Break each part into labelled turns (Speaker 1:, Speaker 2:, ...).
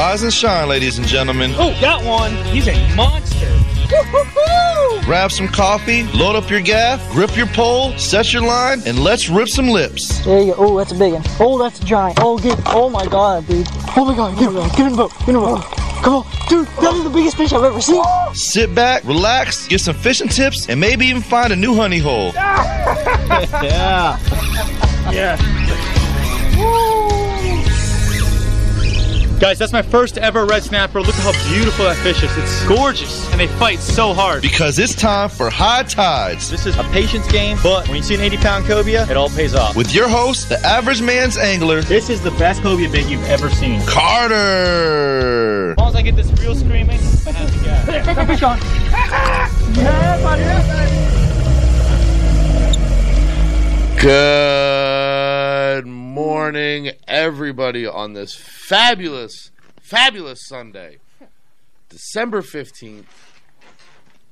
Speaker 1: Rise and shine, ladies and gentlemen.
Speaker 2: Oh, got one. He's a monster.
Speaker 1: Grab some coffee, load up your gaff, grip your pole, set your line, and let's rip some lips.
Speaker 3: There you go. Oh, that's a big one. Oh, that's a giant. Oh, get. Oh my God, dude. Oh my God, get him, get him, boat, get him. Boat. Come on, dude. That is the biggest fish I've ever seen.
Speaker 1: Sit back, relax, get some fishing tips, and maybe even find a new honey hole.
Speaker 2: Yeah.
Speaker 4: Guys, that's my first ever red snapper. Look at how beautiful that fish is. It's gorgeous, and they fight so hard.
Speaker 1: Because it's time for High Tides
Speaker 4: This is a patience game, but when you see an 80 pound cobia, it all pays off.
Speaker 1: with your host, the average man's angler,
Speaker 4: This is the best cobia bait you've ever seen. As
Speaker 1: Carter.
Speaker 4: long as I get this real screaming, I have to go.
Speaker 5: Good morning, everybody, on this fabulous, fabulous Sunday, December 15th.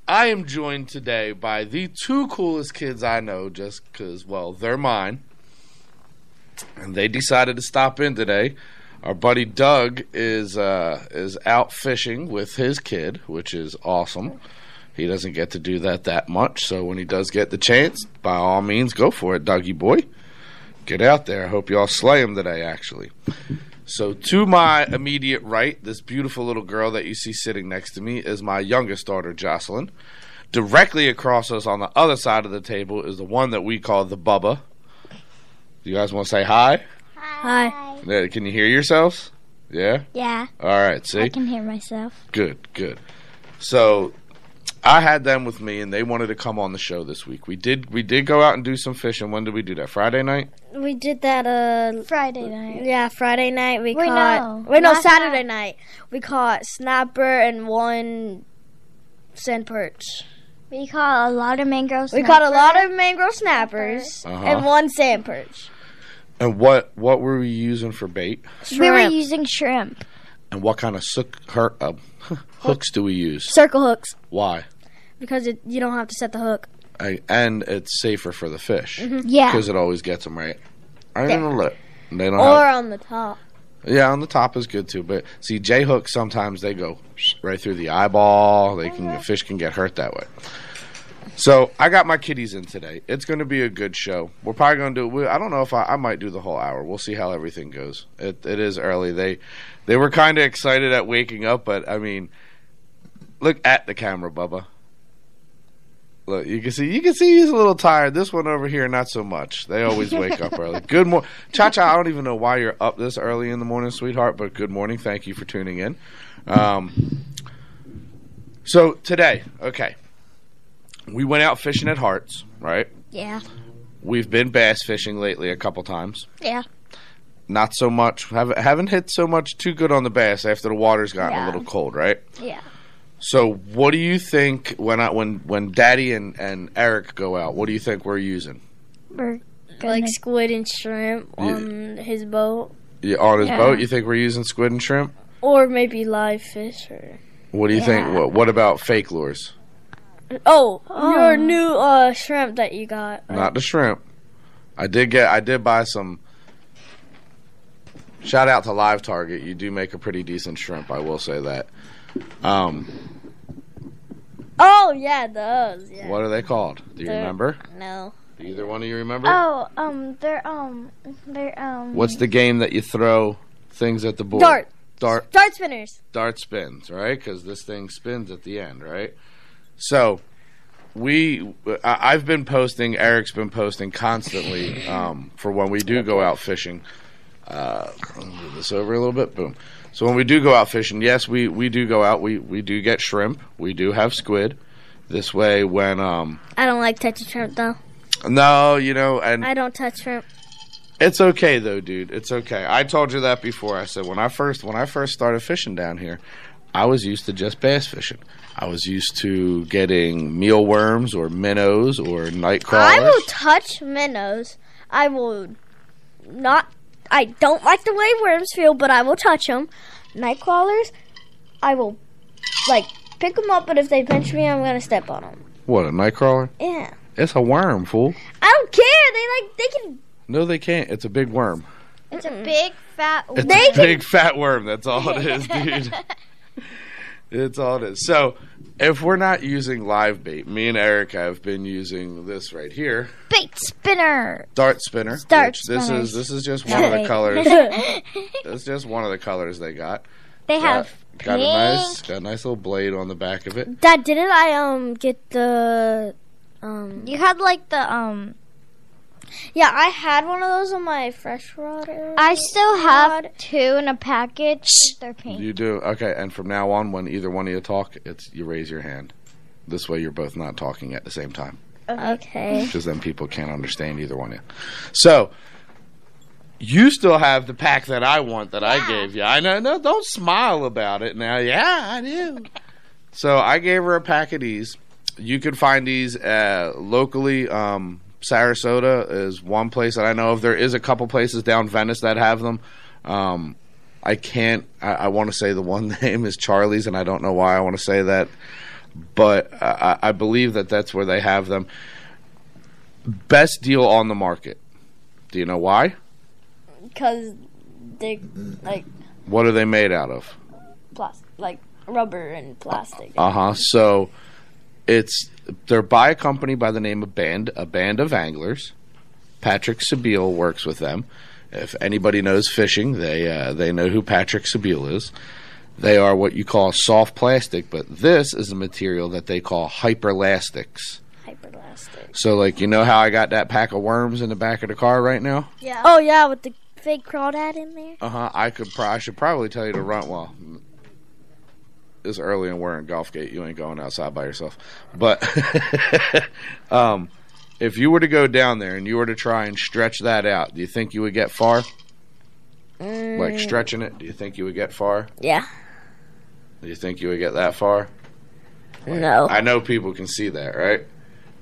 Speaker 5: I am joined today by the two coolest kids I know just because, well, they're mine. And they decided to stop in today. Our buddy Doug is uh, is out fishing with his kid, which is awesome. He doesn't get to do that that much, so when he does get the chance, by all means, go for it, Dougie boy get out there. I hope y'all slay him today, actually. So, to my immediate right, this beautiful little girl that you see sitting next to me is my youngest daughter, Jocelyn. Directly across us on the other side of the table is the one that we call the Bubba. Do you guys want to say hi?
Speaker 6: Hi.
Speaker 5: Yeah, Can you hear yourselves? Yeah?
Speaker 6: Yeah,
Speaker 5: All right, see?
Speaker 6: I can hear myself.
Speaker 5: Good, good. So I had them with me and they wanted to come on the show this week. We did we did go out and do some fishing. When did we do that? Friday night?
Speaker 7: We did that uh
Speaker 6: Friday night.
Speaker 7: yeah, Friday night we
Speaker 6: Wait,
Speaker 7: caught
Speaker 6: no.
Speaker 7: wait no
Speaker 6: Last
Speaker 7: Saturday night. We caught snapper and one sand perch.
Speaker 6: We caught a lot of mangroves.
Speaker 7: We caught a lot of mangrove snappers
Speaker 5: Uh-huh.
Speaker 7: and one sand perch.
Speaker 5: And what what were we using for bait?
Speaker 6: We were
Speaker 7: shrimp.
Speaker 6: using shrimp
Speaker 5: And what kind of sook, her, uh, hooks do we use?
Speaker 7: Circle hooks
Speaker 5: Why?
Speaker 7: because it, you don't have to set the hook.
Speaker 5: I, and it's safer for the fish
Speaker 6: Mm-hmm.
Speaker 5: because
Speaker 6: yeah
Speaker 5: it always gets them right. I don't know. look. They don't
Speaker 7: Or
Speaker 5: have,
Speaker 7: on the top.
Speaker 5: yeah, on the top is good too. But see, J hooks sometimes they go right through the eyeball. They can fish can get hurt that way. So I got my kitties in today. It's going to be a good show. We're probably going to do. we- I don't know if I, I might do the whole hour. We'll see how everything goes. It, it is early. They they were kind of excited at waking up, but I mean, look at the camera, Bubba. Look, you can see you can see he's a little tired. This one over here, not so much. They always wake up early. Good morning, Cha Cha. I don't even know why you're up this early in the morning, sweetheart. But good morning. Thank you for tuning in. Um, so today, okay, we went out fishing at Hearts, right?
Speaker 6: yeah
Speaker 5: We've been bass fishing lately a couple times.
Speaker 6: yeah
Speaker 5: Not so much. Haven't haven't hit so much too good on the bass after the water's gotten a
Speaker 6: Yeah.
Speaker 5: little cold, right?
Speaker 6: yeah.
Speaker 5: So, what do you think when I, when when Daddy and, and Eric go out? What do you think we're using
Speaker 6: We're
Speaker 7: Like squid and shrimp
Speaker 5: Yeah.
Speaker 7: on his boat.
Speaker 5: yeah, on his
Speaker 6: Yeah.
Speaker 5: boat? You think we're using squid and shrimp?
Speaker 7: Or maybe live fish or
Speaker 5: What do you think?
Speaker 6: Yeah.
Speaker 5: What, what about fake lures?
Speaker 7: Oh,
Speaker 6: Oh.
Speaker 7: your new uh shrimp that you got.
Speaker 5: Not the shrimp. I did get. I did buy some. Shout out to Live Target. You do make a pretty decent shrimp. I will say that. Um,
Speaker 7: Oh yeah, those. Yeah.
Speaker 5: what are they called? Do you
Speaker 7: They're-
Speaker 5: remember?
Speaker 7: No.
Speaker 5: Do either one of you remember?
Speaker 6: oh um they're um they're um
Speaker 5: What's the game that you throw things at the board?
Speaker 7: Dart.
Speaker 5: Dart.
Speaker 7: Dart spinners.
Speaker 5: dart spins, right? Because this thing spins at the end, right? So we, I, I've been posting. Eric's been posting constantly um, for when we do go out fishing. Uh, let me move this over a little bit. Boom. So when we do go out fishing, yes, we we do go out. We we do get shrimp. We do have squid. This way, when um,
Speaker 7: I don't like touching shrimp though.
Speaker 5: no, you know, and
Speaker 7: I don't touch shrimp.
Speaker 5: it's okay though, dude. It's okay. I told you that before. I said when I first when I first started fishing down here, I was used to just bass fishing. I was used to getting mealworms or minnows or night crawlers.
Speaker 7: I will touch minnows. I will not. I don't like the way worms feel, but I will touch them. Night crawlers. I will like pick them up, but if they pinch me, I'm gonna step on them.
Speaker 5: what a night crawler?
Speaker 7: Yeah.
Speaker 5: It's a worm, fool.
Speaker 7: I don't care. They like they can.
Speaker 5: No, they can't. It's a big worm.
Speaker 6: It's a big fat.
Speaker 5: It's a big fat worm. That's all it is, dude. it's all it is. So, if we're not using live bait, me and Erica have been using this right here,
Speaker 6: bait spinner.
Speaker 5: dart spinner.
Speaker 6: Dart
Speaker 5: which this
Speaker 6: spinners.
Speaker 5: is this is just one of the
Speaker 7: Right.
Speaker 5: colors. That's just one of the colors they got.
Speaker 6: They
Speaker 5: Got,
Speaker 6: have
Speaker 5: got a nice got a nice little blade on the back of it.
Speaker 7: Dad, didn't I um get the um
Speaker 6: You had like the um.
Speaker 7: yeah I had one of those um, on my freshwater.
Speaker 6: I still have two in a package. They're pink.
Speaker 5: You do okay. And from now on, when either one of you talk, it's you raise your hand. This way, you're both not talking at the same time.
Speaker 7: okay.
Speaker 5: because then people can't understand either one of you. So you still have the pack that I want that I gave you. I know. No, don't smile about it now. Yeah, I do. So I gave her a pack of these. You can find these uh, locally. Um, Sarasota is one place that I know of. There is a couple places down Venice that have them. Um, I can't. I, I want to say the one name is Charlie's, and I don't know why I want to say that, but I, I I believe that that's where they have them best deal on the market. Do you know why?
Speaker 7: Because they like
Speaker 5: What are they made out of?
Speaker 7: plastic, like rubber and plastic.
Speaker 5: Uh huh. So it's they're by a company by the name of Band, a band of anglers. Patrick Sabiel works with them. If anybody knows fishing, they uh, they know who Patrick Sabiel is. They are what you call soft plastic, but this is a material that they call hyperlastics.
Speaker 7: Hyperplastic.
Speaker 5: So, like, you know how I got that pack of worms in the back of the car right now?
Speaker 6: Yeah.
Speaker 7: Oh yeah, with the fake crawdad in there.
Speaker 5: Uh huh. I could. Pro- I should probably tell you to run. Well, it's early and we're in Golfgate. You ain't going outside by yourself. But um, if you were to go down there and you were to try and stretch that out, do you think you would get far? Like stretching it, do you think you would get far?
Speaker 7: Yeah.
Speaker 5: Do you think you would get that far?
Speaker 7: No.
Speaker 5: I know people can see that, right?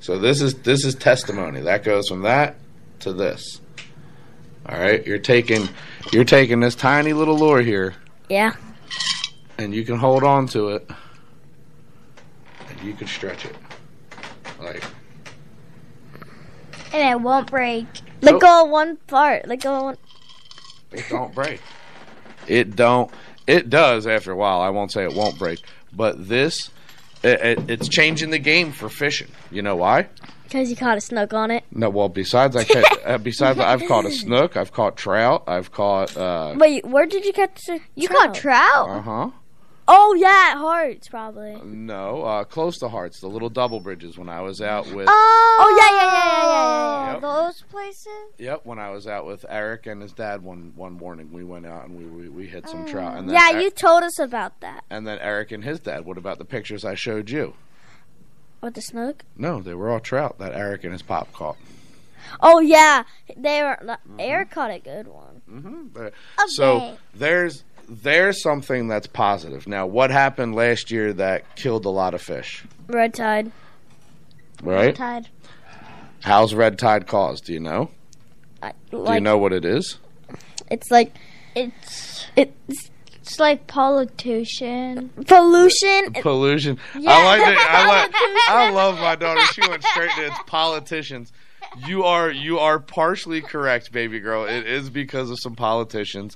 Speaker 5: So this is this is testimony. That goes from that to this. All right, you're taking you're taking this tiny little lure here.
Speaker 7: Yeah.
Speaker 5: and you can hold on to it and you can stretch it like
Speaker 6: And it won't break.
Speaker 7: Let
Speaker 5: Nope.
Speaker 7: go of one part. Let go of one.
Speaker 5: it don't break it don't it does after a while i won't say it won't break but this it, it, it's changing the game for fishing you know why
Speaker 7: Because you caught a snook on it.
Speaker 5: no well besides i ca- uh, besides i've caught a snook i've caught trout i've caught uh
Speaker 7: Wait, where did you catch the
Speaker 6: You caught trout.
Speaker 5: uh-huh
Speaker 7: Oh yeah, at Hearts probably.
Speaker 5: no uh close to hearts the little double bridges when i was out with
Speaker 7: Oh yeah, yeah, yeah, yeah, yeah,
Speaker 5: Yep.
Speaker 6: Those places.
Speaker 5: Yep, when I was out with Eric and his dad one one morning, we went out and we we, we hit some trout. And then
Speaker 7: yeah.
Speaker 5: Er-
Speaker 7: Yeah, you told us about that
Speaker 5: and then Eric and his dad. What about the pictures I showed you?
Speaker 7: with the snook.
Speaker 5: No, they were all trout that Eric and his pop caught.
Speaker 7: Oh yeah, they were.
Speaker 5: Mm-hmm.
Speaker 7: Eric caught a good one.
Speaker 5: But- So there's there's something that's positive. Now, what happened last year that killed a lot of fish?
Speaker 7: Red tide.
Speaker 5: Right?
Speaker 6: Tide.
Speaker 5: How's red tide caused? Do you know?
Speaker 7: I,
Speaker 5: Do
Speaker 7: like
Speaker 5: you know what it is?
Speaker 7: it's like
Speaker 6: It's
Speaker 7: it's
Speaker 6: it's like pollution.
Speaker 7: pollution. and-
Speaker 5: Pollution. I like that. I like. I love my daughter. She went straight to it's politicians. You are you are partially correct, baby girl. It is because of some politicians.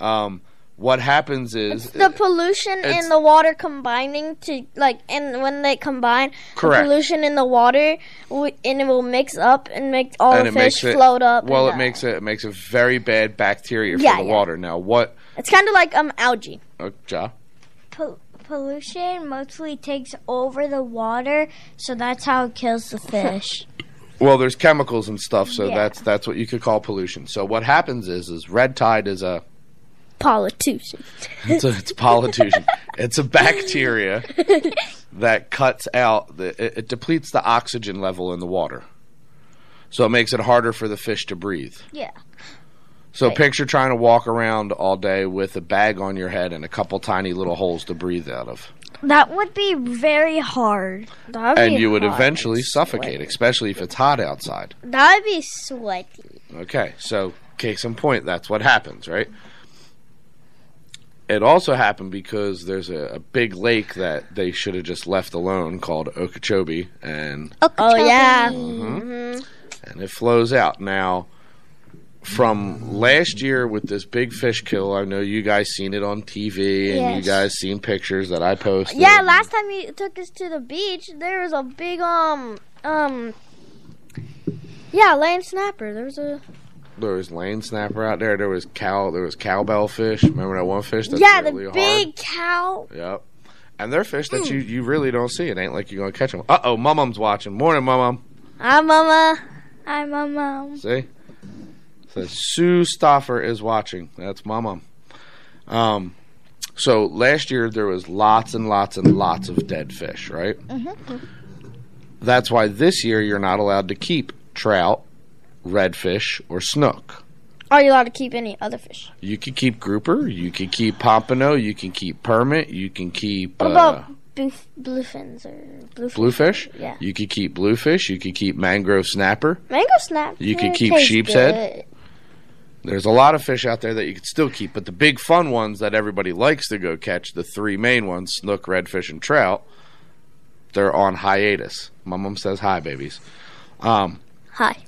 Speaker 5: Um, what happens is
Speaker 7: the pollution
Speaker 5: It's-
Speaker 7: and the water combining to like, and when they combine,
Speaker 5: Correct.
Speaker 7: the pollution in the water, w- and it will mix up and make all
Speaker 5: and
Speaker 7: the
Speaker 5: it
Speaker 7: fish
Speaker 5: makes it
Speaker 7: float up.
Speaker 5: Well,
Speaker 7: and
Speaker 5: it
Speaker 7: die.
Speaker 5: makes it, it makes a very bad bacteria for
Speaker 7: Yeah,
Speaker 5: the
Speaker 7: yeah.
Speaker 5: water. Now what?
Speaker 7: It's kind of like um algae.
Speaker 5: Oh, Ja,
Speaker 6: Pol- pollution mostly takes over the water, so that's how it kills the fish.
Speaker 5: Well, there's chemicals and stuff, so
Speaker 6: Yeah.
Speaker 5: that's that's what you could call pollution. So what happens is is red tide is a
Speaker 7: Pollution.
Speaker 5: It's a, it's pollution. it's a bacteria that cuts out the. It, it depletes the oxygen level in the water, so it makes it harder for the fish to breathe.
Speaker 6: yeah.
Speaker 5: So picture trying to walk around all day with a bag on your head and a couple tiny little holes to breathe out of,
Speaker 6: That would be very hard.
Speaker 7: That would
Speaker 5: and
Speaker 7: be
Speaker 5: you would
Speaker 7: hot.
Speaker 5: eventually suffocate, especially if it's hot outside.
Speaker 7: That would be sweaty.
Speaker 5: Okay, so case in point, that's what happens, right? It also happened because there's a, a big lake that they should have just left alone called Okeechobee, and
Speaker 7: Oh yeah.
Speaker 5: and it flows out. Now, from last year with this big fish kill. I know you guys seen it on TV and you
Speaker 6: Yes.
Speaker 5: guys seen pictures that I posted.
Speaker 7: Yeah, last time you took us to the beach, there was a big um um Yeah, land snapper. There was a
Speaker 5: there was lane snapper out there. There was cow. There was cowbell fish. Remember that one fish? That's
Speaker 7: Yeah, the
Speaker 5: really
Speaker 7: big cow.
Speaker 5: Hard? Yep. And they're fish that you,
Speaker 7: Hmm.
Speaker 5: you really don't see. It ain't like you're gonna catch them. Uh oh, mum's watching. Morning, mum.
Speaker 7: Hi mama.
Speaker 6: I'm a mom.
Speaker 5: See? Says Sue Stoffer is watching. That's my mom. Um, so last year there was lots and lots and lots of dead fish, right?
Speaker 7: Mm-hmm.
Speaker 5: That's why this year you're not allowed to keep trout, redfish, or snook.
Speaker 7: Are you allowed to keep any other fish?
Speaker 5: You can keep grouper, you can keep pompano, you can keep permit, you can keep
Speaker 7: What
Speaker 5: uh,
Speaker 7: about boof, bluefins or bluefin?
Speaker 5: bluefish,
Speaker 7: Yeah.
Speaker 5: you could keep bluefish, you could keep mangrove snapper.
Speaker 7: Mango snap.
Speaker 5: You could keep sheep's head. There's a lot of fish out there that you could still keep, but the big fun ones that everybody likes to go catch, the three main ones, snook, redfish, and trout, they're on hiatus. My mom says hi, babies. Um,
Speaker 7: Hi.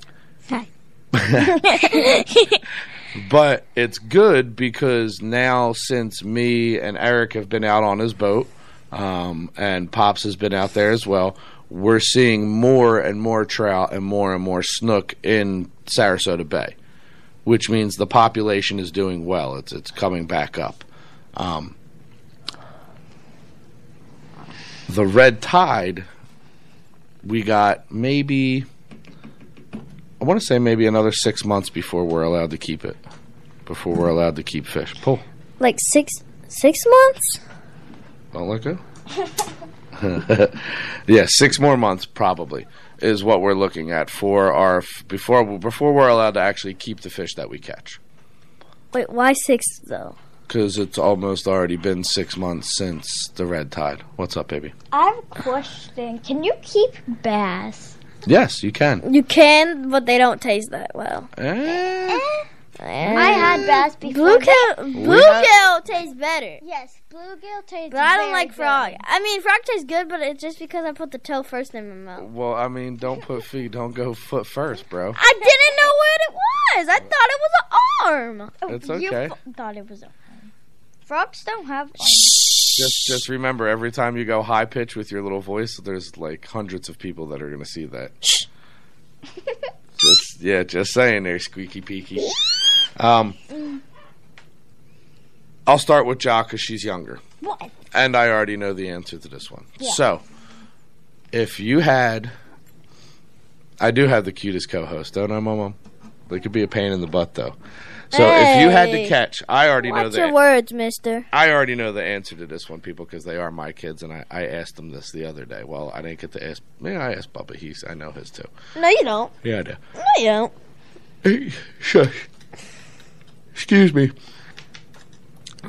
Speaker 5: but it's good because now since me and Eric have been out on his boat, um, and Pops has been out there as well, we're seeing more and more trout and more and more snook in Sarasota Bay, which means the population is doing well. It's it's coming back up. Um, the red tide, we got maybe. I want to say maybe another six months before we're allowed to keep it. Before we're allowed to keep fish. Pull.
Speaker 7: Like six six months?
Speaker 5: Don't let go. yeah, six more months probably is what we're looking at for our f- before before we're allowed to actually keep the fish that we catch
Speaker 7: Wait, why six though?
Speaker 5: because it's almost already been six months since the red tide. What's up, baby?
Speaker 6: I have a question. Can you keep bass?
Speaker 5: Yes, you can.
Speaker 7: You can, but they don't taste that well.
Speaker 5: Eh,
Speaker 7: Mm.
Speaker 6: I had bass before.
Speaker 7: Bluegill, bluegill tastes better.
Speaker 6: Yes, bluegill tastes.
Speaker 7: But I don't
Speaker 6: very
Speaker 7: like frog.
Speaker 6: good.
Speaker 7: I mean, frog tastes good, but it's just because I put the tail first in my mouth.
Speaker 5: well, I mean, don't put feet, don't go foot first, bro.
Speaker 7: I didn't know what it was. I thought it was an arm.
Speaker 5: It's okay.
Speaker 6: Thought it was a. Frogs don't have.
Speaker 5: Just just remember every time you go high pitch with your little voice, there's like hundreds of people that are gonna see that. just yeah, just saying there, squeaky peaky. Um I'll start with Ja because she's younger.
Speaker 6: What?
Speaker 5: And I already know the answer to this one. So if you had I do have the cutest co host, don't I, Momo? They could be a pain in the butt though. So if you had to
Speaker 7: Hey.
Speaker 5: catch, I already know
Speaker 7: Watch
Speaker 5: the
Speaker 7: your words, mister.
Speaker 5: I already know the answer to this one, people, because they are my kids, and I, I asked them this the other day. Well, I didn't get to ask. Yeah, I asked Bubba. He's I know his too.
Speaker 7: No, you don't.
Speaker 5: Yeah, I
Speaker 7: No, you don't.
Speaker 5: do. Shush. Excuse me.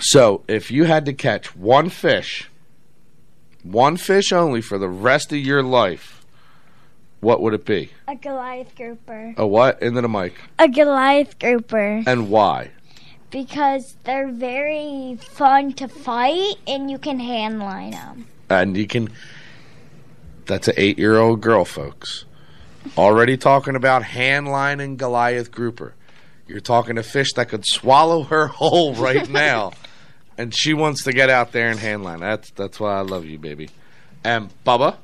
Speaker 5: So, if you had to catch one fish, one fish only for the rest of your life, what would it be?
Speaker 6: A Goliath grouper.
Speaker 5: A what? Into the mic.
Speaker 6: A Goliath grouper
Speaker 5: And why?
Speaker 6: because they're very fun to fight, and you can handline them.
Speaker 5: and you can that's an eight year old girl folks already talking about hand line and goliath grouper you're talking a fish that could swallow her whole right now and she wants to get out there and hand line that's that's why i love you baby and bubba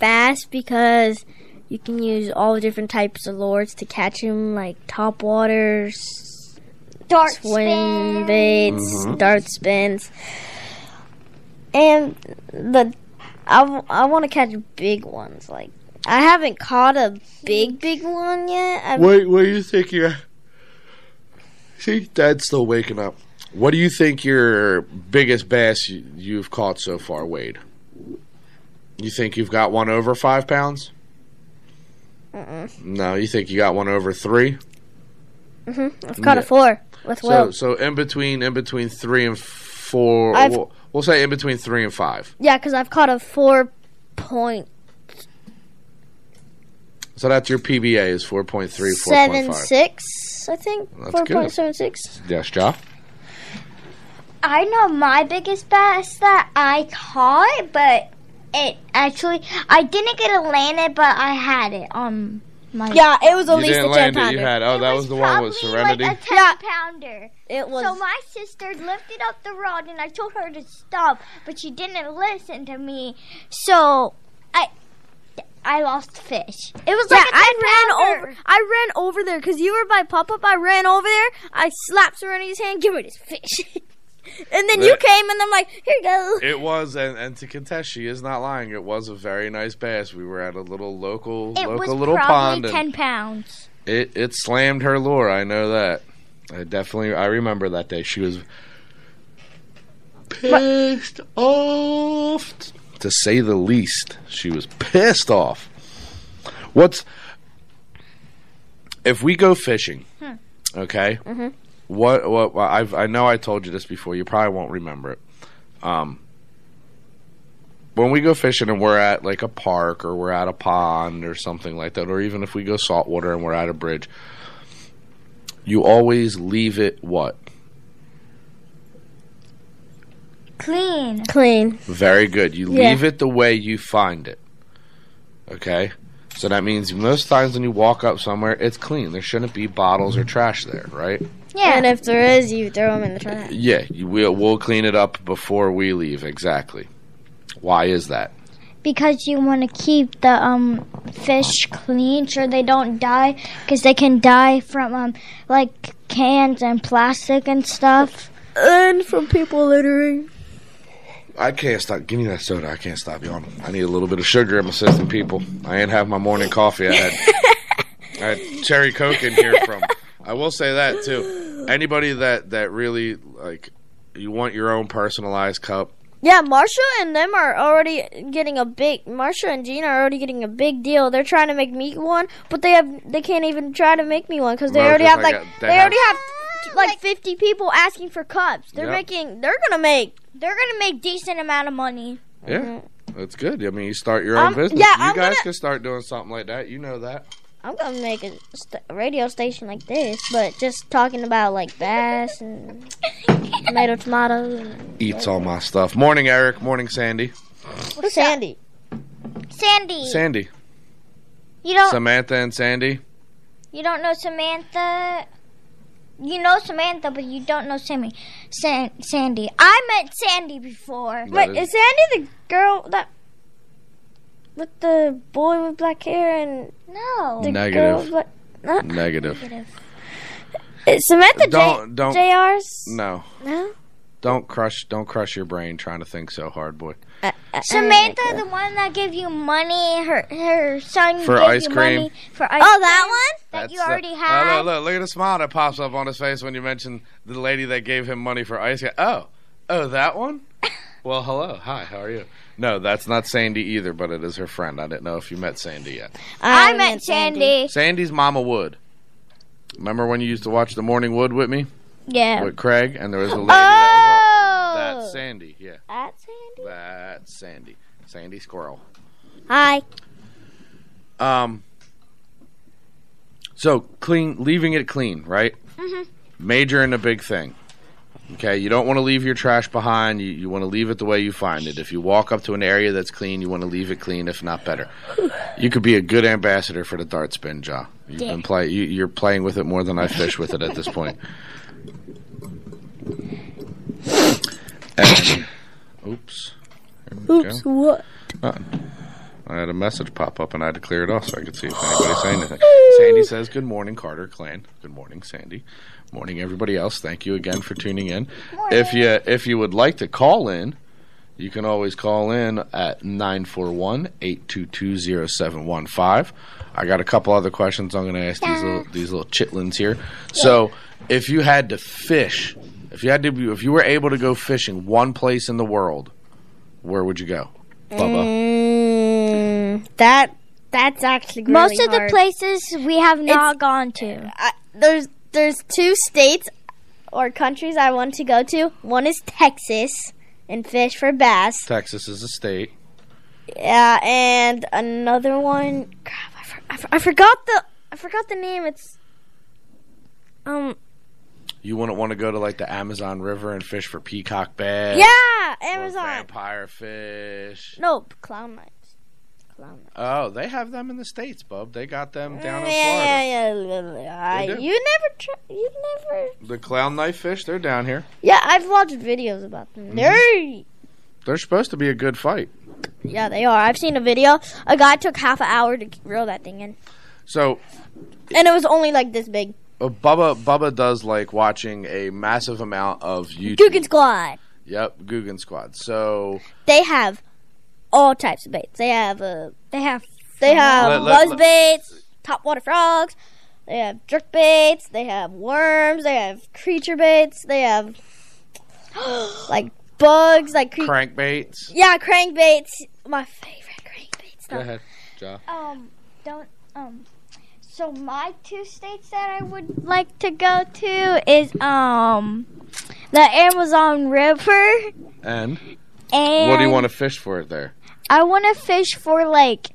Speaker 7: Bass because you can use all different types of lures to catch them, like top waters,
Speaker 6: Dart
Speaker 7: swim
Speaker 6: spin.
Speaker 7: baits,
Speaker 5: Mm-hmm.
Speaker 7: dart spins, and the I, w- I want to catch big ones. Like I haven't caught a big big one yet. I've,
Speaker 5: what, what do you think you're see dad's still waking up what do you think your biggest bass you- you've caught so far wade you think you've got one over five pounds
Speaker 7: Mm-mm.
Speaker 5: No, you think you got one over three?
Speaker 7: I've caught
Speaker 5: Yeah.
Speaker 7: a four with
Speaker 5: So
Speaker 7: Will.
Speaker 5: so in between in between three and four.
Speaker 7: I've-
Speaker 5: We'll, we'll say in between three and five.
Speaker 7: Yeah, because I've caught a four point
Speaker 5: So that's your PBA is 4.3, 4.5.
Speaker 7: seven six. I think
Speaker 5: That's
Speaker 7: four
Speaker 5: good.
Speaker 7: point seven six.
Speaker 5: Yes, Ja.
Speaker 6: I know my biggest bass that I caught, but it actually I didn't get it landed, but I had it on My
Speaker 7: Yeah, it was at
Speaker 5: you
Speaker 7: least a
Speaker 5: didn't
Speaker 7: 10
Speaker 5: land it. You
Speaker 7: pounder.
Speaker 5: had oh, that was the one with
Speaker 6: probably
Speaker 5: Serenity.
Speaker 6: Like a ten
Speaker 7: Yeah.
Speaker 6: pounder.
Speaker 7: it was.
Speaker 6: So my sister lifted up the rod, and I told her to stop, but she didn't listen to me. So I, I lost fish. It was
Speaker 7: yeah,
Speaker 6: like a ten
Speaker 7: I ran
Speaker 6: pounder.
Speaker 7: over. I ran over there because you were by pop up. I ran over there. I slapped Serenity's hand. Give me this fish. and then you
Speaker 5: That-
Speaker 7: came, and I'm like, here you go.
Speaker 5: It was, and, and to contest, she is not lying. It was a very nice bass. We were at a little local
Speaker 6: It was
Speaker 5: local little
Speaker 6: probably
Speaker 5: pond, and
Speaker 6: ten pounds.
Speaker 5: it it slammed her lure. I know that. I definitely I remember that day. She was pissed off, to say the least. She was pissed off. What's if we go fishing?
Speaker 6: Hmm.
Speaker 5: Okay.
Speaker 6: Mm-hmm.
Speaker 5: What what well, I've I know I told you this before. You probably won't remember it. Um. When we go fishing and we're at like a park or we're at a pond or something like that, or even if we go saltwater and we're at a bridge, you always leave it what?
Speaker 6: Clean.
Speaker 7: Clean.
Speaker 5: Very good. You
Speaker 7: Yeah.
Speaker 5: leave it the way you find it. Okay? So that means most times when you walk up somewhere, it's clean. There shouldn't be bottles or trash there, right?
Speaker 7: Yeah. And if there is, you throw them in the trash.
Speaker 5: Yeah, you, we'll, we'll clean it up before we leave. Exactly. Why is that?
Speaker 6: because you want to keep the um fish clean so they don't die because they can die from um like cans and plastic and stuff
Speaker 7: And from people littering.
Speaker 5: I can't stop. Give me that soda. I can't stop yawning. I need a little bit of sugar in my system, people. I ain't have my morning coffee. I had, I had cherry coke in here from. I will say that too. Anybody that that really like, you want your own personalized cup.
Speaker 7: Yeah, Marsha and them are already getting a big. Marsha and Gina are already getting a big deal. They're trying to make me one, but they have they can't even try to make me one because they
Speaker 5: No,
Speaker 7: already
Speaker 5: 'cause
Speaker 7: have
Speaker 5: like
Speaker 7: like
Speaker 5: a-
Speaker 7: they,
Speaker 5: they have-
Speaker 7: already have
Speaker 6: Mm,
Speaker 7: like fifty people asking for cups. They're
Speaker 5: Yep.
Speaker 7: making. They're gonna make.
Speaker 6: they're gonna make decent amount of money
Speaker 5: Yeah, that's good. I mean, you start your own
Speaker 7: Um,
Speaker 5: business.
Speaker 7: yeah,
Speaker 5: you
Speaker 7: Mm-hmm. I'm
Speaker 5: guys
Speaker 7: gonna-
Speaker 5: can start doing something like that. You know that.
Speaker 7: I'm gonna make a st- radio station like this, but just talking about like bass and tomato, tomato, and
Speaker 5: Eats all my stuff. Morning, Eric. Morning, Sandy.
Speaker 7: Sandy.
Speaker 6: sandy
Speaker 5: Sandy.
Speaker 6: you don't
Speaker 5: Samantha and Sandy.
Speaker 6: you don't know samantha you know samantha but you don't know sammy San- sandy i met sandy before
Speaker 5: That
Speaker 7: Wait,
Speaker 5: is-
Speaker 7: is Sandy the girl that with the boy with black hair and
Speaker 6: no
Speaker 7: the girl
Speaker 5: Negative.
Speaker 7: with black? No.
Speaker 5: Negative.
Speaker 7: It's Uh, Samantha
Speaker 5: Don't- don't-
Speaker 7: JR's.
Speaker 5: No.
Speaker 7: No?
Speaker 5: Don't crush. Don't crush your brain trying to think so hard, boy.
Speaker 7: uh,
Speaker 6: Samantha, the one that gave you money, her her son
Speaker 5: For
Speaker 6: gave
Speaker 5: ice
Speaker 6: you
Speaker 5: cream.
Speaker 6: money for ice
Speaker 7: Oh, that one?
Speaker 6: that you
Speaker 5: That's the-
Speaker 6: already
Speaker 5: Oh,
Speaker 6: had.
Speaker 5: look, look, look at the smile that pops up on his face when you mention the lady that gave him money for ice. cream. Oh, oh, that one. Well, hello, hi, how are you? No, that's not Sandy either, but it is her friend. I didn't know if you met Sandy yet.
Speaker 6: I, met Sandy.
Speaker 5: Sandy's Mama Wood. Remember when you used to watch The Morning Wood with me
Speaker 7: Yeah.
Speaker 5: with Craig, and there was a lady that was. on-
Speaker 7: Oh!
Speaker 5: That's Sandy. Yeah,
Speaker 7: That's Sandy.
Speaker 5: that's Sandy. Sandy Squirrel.
Speaker 7: Hi.
Speaker 5: Um. So clean, leaving it clean, right? Major and a big thing. Okay, you don't want to leave your trash behind. You, you want to leave it the way you find it. If you walk up to an area that's clean, you want to leave it clean, if not better. You could be a good ambassador for the dart spin jaw. You've been play, you, you're playing with it more than I fish with it at this point. And- oops. There we go.
Speaker 7: What?
Speaker 5: I had a message pop up and I had to clear it off so I could see if anybody said anything. Sandy says, Good morning, Carter Clan. Good morning, Sandy. Morning, everybody else. Thank you again for tuning in. If you if you would like to call in, you can always call in at 941-822-0715. I got a couple other questions I'm going to ask these little these little chitlins here. So, if you had to fish, if you had to be, if you were able to go fishing one place in the world, where would you go? Bubba.
Speaker 7: Mm, that that's actually really
Speaker 6: Most of the
Speaker 7: hard.
Speaker 6: places we have not gone to.
Speaker 7: I, there's there's two states or countries I want to go to. One is Texas and fish for bass.
Speaker 5: Texas is a state.
Speaker 7: Yeah, and another one. Crap, I, for, I, for- I forgot the I forgot the name. It's um
Speaker 5: You wouldn't want to go to like the Amazon River and fish for peacock bass.
Speaker 7: yeah,
Speaker 5: or
Speaker 7: Amazon.
Speaker 5: Vampire fish.
Speaker 7: Nope, clown knives. clown.
Speaker 5: Oh, they have them in the states, bub. They got them down in
Speaker 7: yeah,
Speaker 5: Florida.
Speaker 7: yeah, yeah, yeah. I,
Speaker 5: They do.
Speaker 7: you never, tr- you never.
Speaker 5: The clown knife fish, they're down here.
Speaker 7: Yeah, I've watched videos about
Speaker 5: Mm-hmm.
Speaker 7: them. They're
Speaker 5: They're supposed to be a good fight.
Speaker 7: Yeah, they are. I've seen a video. A guy took half an hour to reel that thing in,
Speaker 5: So
Speaker 7: and it was only like this big.
Speaker 5: uh, Bubba Bubba does like watching a massive amount of YouTube.
Speaker 7: Googan Squad.
Speaker 5: Yep, Guggen Squad. So
Speaker 7: They have all types of baits. They have uh,
Speaker 6: They have
Speaker 7: they have
Speaker 5: Let- let-
Speaker 7: buzz baits, topwater frogs. They have jerk baits. They have worms. They have creature baits. They have like bugs, like cre-
Speaker 5: crankbaits.
Speaker 7: yeah, crank baits. My favorite crank baits.
Speaker 5: Go ahead.
Speaker 6: um don't um so my two states that I would like to go to is um the Amazon River
Speaker 5: And
Speaker 6: and
Speaker 5: what do you want to fish for it there?
Speaker 6: I want to fish for like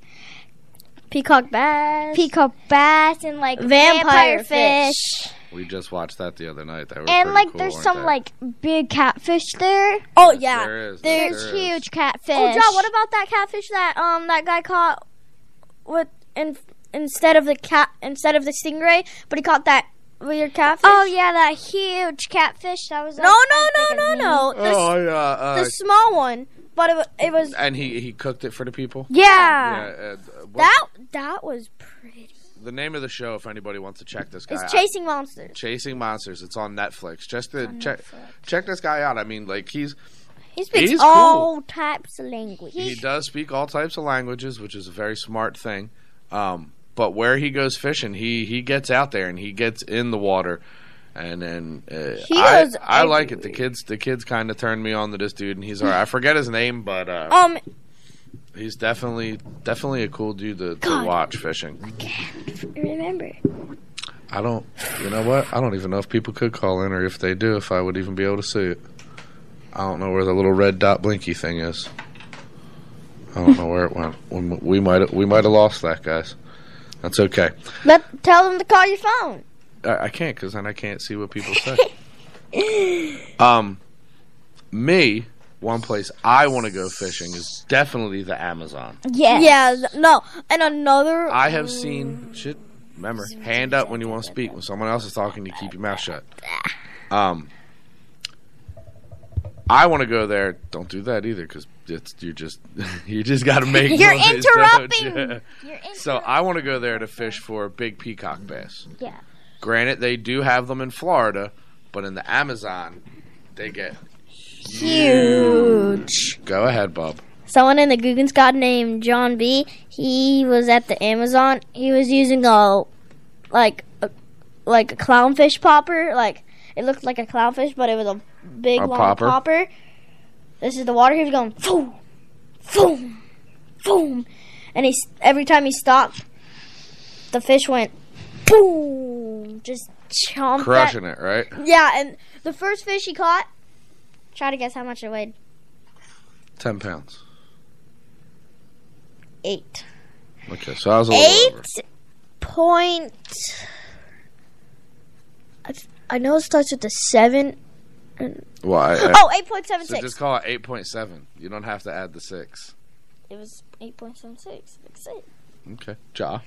Speaker 7: Peacock bass.
Speaker 6: peacock bass and like vampire,
Speaker 7: Vampire fish.
Speaker 6: fish.
Speaker 5: We just watched that the other night. That was
Speaker 6: And
Speaker 5: pretty
Speaker 6: like
Speaker 5: cool,
Speaker 6: there's
Speaker 5: weren't
Speaker 6: some
Speaker 5: they?
Speaker 6: like big catfish there.
Speaker 7: oh yeah.
Speaker 5: There is.
Speaker 7: They're
Speaker 5: there
Speaker 6: There's
Speaker 5: is.
Speaker 6: huge catfish.
Speaker 7: Oh, John, what about that catfish that um that guy caught with in, instead of the cat instead of the stingray, but he caught that weird catfish?
Speaker 6: Oh yeah, that huge catfish that was.
Speaker 7: No,
Speaker 6: like-
Speaker 7: no,
Speaker 6: I'm
Speaker 7: no,
Speaker 6: thinking
Speaker 7: no,
Speaker 6: me.
Speaker 7: no. The, s-
Speaker 5: Oh yeah.
Speaker 7: the
Speaker 5: Uh,
Speaker 7: small one, but it, wa- it was
Speaker 5: and he he cooked it for the people.
Speaker 7: yeah.
Speaker 5: Yeah, and, uh, what-
Speaker 7: That that was pretty.
Speaker 5: the name of the show, if anybody wants to check this guy
Speaker 7: It's
Speaker 5: out.
Speaker 7: chasing monsters.
Speaker 5: Chasing Monsters. It's on Netflix. Just to check check this guy out. I mean, like he's
Speaker 7: He speaks
Speaker 5: He's
Speaker 7: all types of language.
Speaker 5: he does speak all types of languages, which is a very smart thing. Um, but where he goes fishing, he he gets out there and he gets in the water. And then uh,
Speaker 7: He
Speaker 5: I,
Speaker 7: goes
Speaker 5: I like it. The kids, the kids, kind of turned me on to this dude, and he's alright. I forget his name, but uh,
Speaker 7: um,
Speaker 5: he's definitely, definitely a cool dude to, to watch fishing.
Speaker 7: remember?
Speaker 5: I don't, you know what? I don't even know if people could call in or if they do, if I would even be able to see it. I don't know where the little red dot blinky thing is. I don't know where it went. We m- We might we might have lost that, guys. That's okay.
Speaker 7: Let tell them to call your phone.
Speaker 5: I, I can't because then I can't see what people say. um, me, one place I want to go fishing is definitely the Amazon.
Speaker 6: Yes.
Speaker 7: Yeah, th- no, and another.
Speaker 5: I have seen shit. Remember, hand up when you want to speak. When someone else is talking, you keep your mouth shut. Um, I want to go there. Don't do that either, because it's you just you just got to make.
Speaker 6: You're
Speaker 5: noise, don't you?
Speaker 6: interrupting. You're in-
Speaker 5: So I want to go there to fish for big peacock bass.
Speaker 6: Yeah.
Speaker 5: Granted, they do have them in Florida, but in the Amazon, they get.
Speaker 7: huge.
Speaker 5: Go ahead, Bob.
Speaker 7: Someone in the Guggen Squad named John B. He was at the Amazon. He was using a like a, like a clownfish popper. Like it looked like a clownfish, but it was a big
Speaker 5: A
Speaker 7: long
Speaker 5: popper.
Speaker 7: popper. This is the water. He was going boom, boom, boom, and he s- every time he stopped, the fish went boom, just chomped. that-
Speaker 5: Crushing it, right?
Speaker 7: Yeah, and the first fish he caught. Try to guess how much it weighed.
Speaker 5: Ten pounds.
Speaker 7: Eight.
Speaker 5: Okay, so I was a little over.
Speaker 7: eight point. I, I know it starts with a seven.
Speaker 5: Well, I, I-
Speaker 7: Oh, eight point seven
Speaker 5: So
Speaker 7: six.
Speaker 5: just call it eight point seven. You don't have to add the six.
Speaker 7: it was eight point seven six.
Speaker 5: Okay. Ja.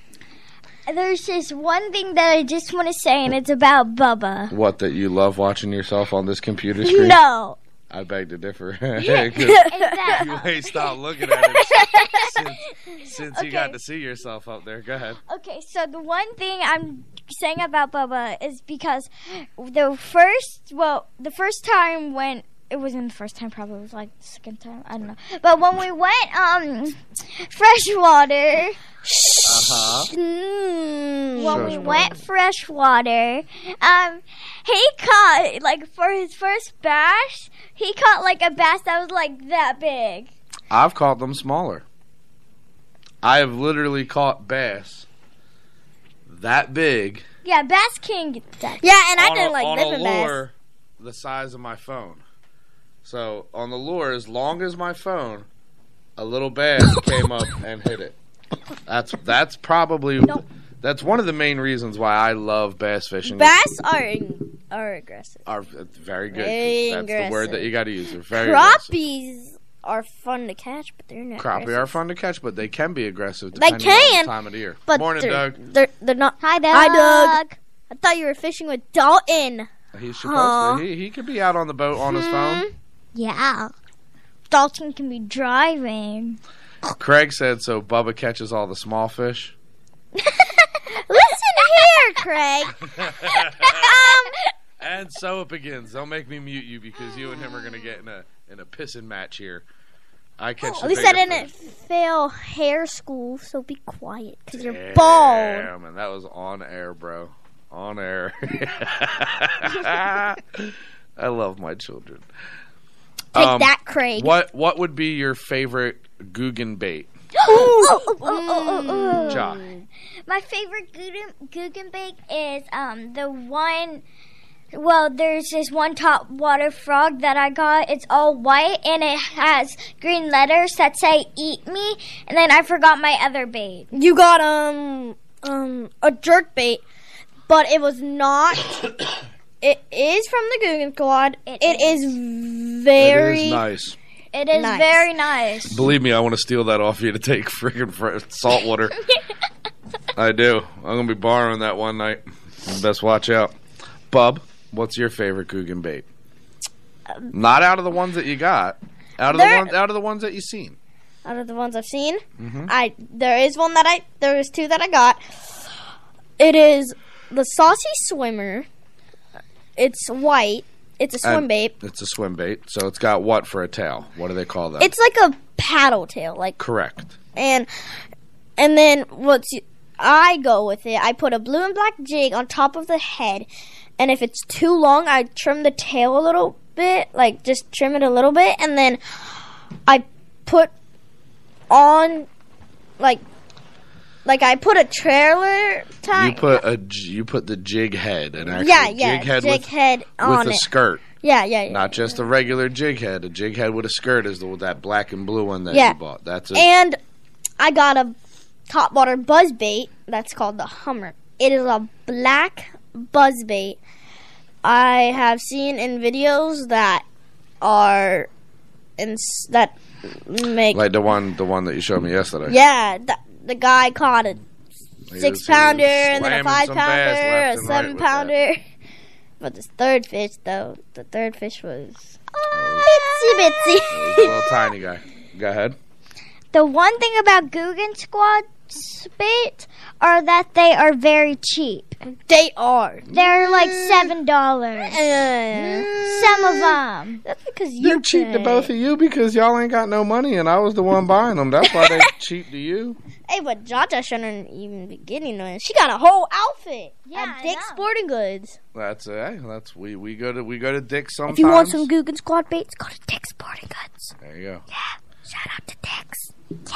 Speaker 6: There's just one thing that I just want to say, and it's about Bubba.
Speaker 5: What that you love watching yourself on this computer screen?
Speaker 7: Oh,
Speaker 6: No.
Speaker 5: I beg to differ. 'Cause
Speaker 6: Is that-
Speaker 5: you ain't stopped looking at it since, since you got
Speaker 6: Okay.
Speaker 5: to see yourself up there. Go ahead.
Speaker 6: Okay, so the one thing I'm saying about Bubba is because the first, well, the first time when it wasn't the first time, probably it was like the second time. I don't know. But when we went um freshwater, Hmm.
Speaker 5: Uh-huh.
Speaker 6: when we
Speaker 5: Freshwater.
Speaker 6: went freshwater, um, he caught like for his first bass, he caught like a bass that was like that big.
Speaker 5: I've caught them smaller. I have literally caught bass that big
Speaker 6: Yeah, bass can get that.
Speaker 7: Yeah, and I
Speaker 5: on a-
Speaker 7: didn't
Speaker 5: on
Speaker 7: like
Speaker 5: a
Speaker 7: ripping bass.
Speaker 5: lure the size of my phone. So on the lure, as long as my phone, a little bass came up and hit it. That's that's probably that's one of the main reasons why I love bass fishing.
Speaker 7: Bass are in, are aggressive.
Speaker 5: are very good.
Speaker 7: Very
Speaker 5: that's the word that
Speaker 7: aggressive.
Speaker 5: you got to use. They're very aggressive.
Speaker 7: Crappies are fun to catch, but they're not.
Speaker 5: Crappie are
Speaker 7: aggressive.
Speaker 5: fun to catch, but they can be aggressive.
Speaker 7: They
Speaker 5: Depending on
Speaker 7: can,
Speaker 5: the time of the year.
Speaker 7: But
Speaker 5: Morning,
Speaker 7: they're,
Speaker 5: Doug.
Speaker 7: They're they're not.
Speaker 6: Hi, Doug.
Speaker 7: Hi, Doug. I thought you were fishing with Dalton.
Speaker 5: He's
Speaker 7: Aw.
Speaker 5: supposed to. He, he could be out on the boat on
Speaker 7: Hmm?
Speaker 5: his phone.
Speaker 6: Yeah. Dalton can be driving.
Speaker 5: Craig said so. Bubba catches all the small fish.
Speaker 7: Listen here, Craig. Um,
Speaker 5: And so it begins. Don't make me mute you because you and him are going to get in a in a pissing match here. I catch.
Speaker 7: Oh, At
Speaker 5: the
Speaker 7: least I
Speaker 5: bigger
Speaker 7: didn't
Speaker 5: fish.
Speaker 7: fail hair school, so be quiet, cause you're bald.
Speaker 5: Damn, and that was on air, bro. On air. I love my children.
Speaker 7: Take
Speaker 5: Um,
Speaker 7: that, Craig.
Speaker 5: What What would be your favorite Guggen bait,
Speaker 6: oh, oh, oh, oh,
Speaker 7: Mm.
Speaker 6: oh.
Speaker 5: Jock?
Speaker 6: My favorite Guggen- Guggenbake is um the one. Well, there's this one top water frog that I got. It's all white and it has green letters that say "Eat me." And then I forgot my other bait.
Speaker 7: You got um um a jerk bait, but it was not. it is from the Guggen Squad. it is, very.
Speaker 5: It is nice.
Speaker 6: It is
Speaker 7: Nice.
Speaker 6: very nice.
Speaker 5: Believe me, I want to steal that off you to take friggin' fr- salt water. I do. I'm gonna be borrowing that one night. Best watch out, Bub. What's your favorite Guggen bait? Not out of the ones that you got. Out of the
Speaker 7: Um, There-
Speaker 5: ones, out of the ones that you seen.
Speaker 7: Out of the ones I've seen,
Speaker 5: Mm-hmm.
Speaker 7: I there is one that I there is two that I got. It is the saucy swimmer. It's white. It's a swim
Speaker 5: And
Speaker 7: bait.
Speaker 5: It's a swim bait. So it's got what for a tail? What do they call that?
Speaker 7: It's like a paddle tail, like
Speaker 5: correct.
Speaker 7: and and then what's I go with it. I put a blue and black jig on top of the head, and if it's too long, I trim the tail a little bit, like just trim it a little bit, and then I put on like like I put a trailer tie.
Speaker 5: You put a j- you put the jig head an actual
Speaker 7: Uh, yeah, yeah,
Speaker 5: jig head with,
Speaker 7: head
Speaker 5: with
Speaker 7: on
Speaker 5: a
Speaker 7: it.
Speaker 5: skirt,
Speaker 7: yeah, yeah, yeah.
Speaker 5: not just a regular jig head. A jig head with a skirt is the that black and blue one that
Speaker 7: Yeah.
Speaker 5: you bought. That's a
Speaker 7: And I got a top water buzz bait that's called the Hummer. It is a black buzz bait. I have seen in videos that are and that make
Speaker 5: like the one the one that you showed me yesterday.
Speaker 7: yeah. The, the guy caught
Speaker 5: He
Speaker 7: a
Speaker 5: was- he
Speaker 7: six
Speaker 5: was
Speaker 7: pounder and then a
Speaker 5: slamming
Speaker 7: five
Speaker 5: some
Speaker 7: pounder,
Speaker 5: bass left
Speaker 7: a
Speaker 5: and right
Speaker 7: seven
Speaker 5: with that.
Speaker 7: pounder. But this third fish though, the third fish was bitsy
Speaker 5: It was a
Speaker 7: bitsy.
Speaker 5: little tiny guy. Go ahead.
Speaker 6: The one thing about Guggen Squad's bait are that they are very cheap.
Speaker 7: they are.
Speaker 6: They're like
Speaker 7: Mm.
Speaker 6: seven dollars.
Speaker 5: Mm.
Speaker 6: Some of them.
Speaker 7: That's because you
Speaker 5: They're cheap to both of you because y'all ain't got no money, and I was the one buying them. That's why they cheap to you.
Speaker 7: Hey, but Jaja shouldn't even be getting one. She got a whole outfit
Speaker 6: Yeah, I
Speaker 7: at Dick's
Speaker 6: know.
Speaker 7: Sporting Goods.
Speaker 5: That's uh, that's we we go to we go to Dick sometimes.
Speaker 7: If you want some Guggen Squad baits, go to Dick's Sporting Goods.
Speaker 5: there you go.
Speaker 7: Shout out to Dick's.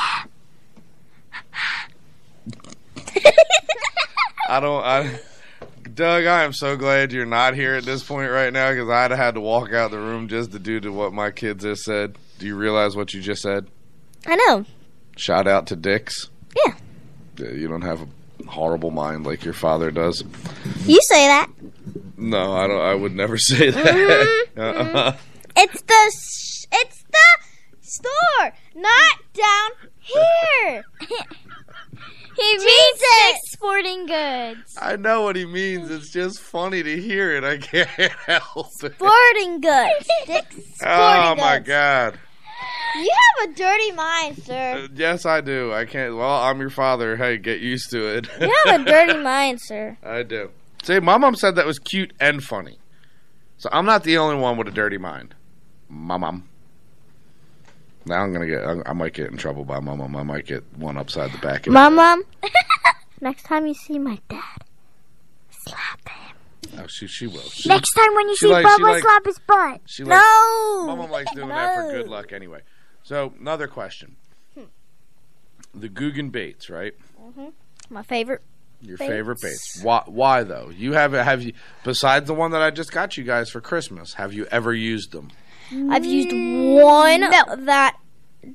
Speaker 5: I don't. I, Doug, I am so glad you're not here at this point right now because I'd have had to walk out the room just to do to what my kids just said. Do you realize what you just said?
Speaker 7: I know.
Speaker 5: Shout out to Dix.
Speaker 7: Yeah.
Speaker 5: Yeah, You don't have a horrible mind like your father does.
Speaker 7: You say that.
Speaker 5: No, I don't. I would never say that. Uh-uh.
Speaker 7: It's the sh- it's the store, not down here.
Speaker 6: He means Dick's Sporting Goods.
Speaker 5: I know what he means. It's just funny to hear it. I can't help it.
Speaker 7: Sporting Goods. Dick's Sporting
Speaker 5: oh my
Speaker 7: Goods.
Speaker 5: god.
Speaker 7: You have a dirty mind, sir.
Speaker 5: Uh, Yes, I do. I can't. Well, I'm your father. Hey, get used to it.
Speaker 7: You have a dirty mind, sir.
Speaker 5: I do. See, my mom said that was cute and funny. So I'm not the only one with a dirty mind. My mom. Now I'm gonna get. I, I might get in trouble by my mom. I might get one upside the back.
Speaker 7: My mom. Next time you see my dad, slap him.
Speaker 5: Oh, she she will. She,
Speaker 6: Next time when you
Speaker 5: She
Speaker 6: see
Speaker 5: like- she
Speaker 6: Bubba
Speaker 5: like-
Speaker 6: slap his butt.
Speaker 5: she
Speaker 7: No.
Speaker 5: likes, my mom likes doing that for
Speaker 7: No.
Speaker 5: good luck anyway. So another question. The Guggen baits, right?
Speaker 7: My favorite.
Speaker 5: Your
Speaker 7: Baits.
Speaker 5: favorite baits. Why? Why though? You have have you besides the one that I just got you guys for Christmas? Have you ever used them?
Speaker 7: I've used one that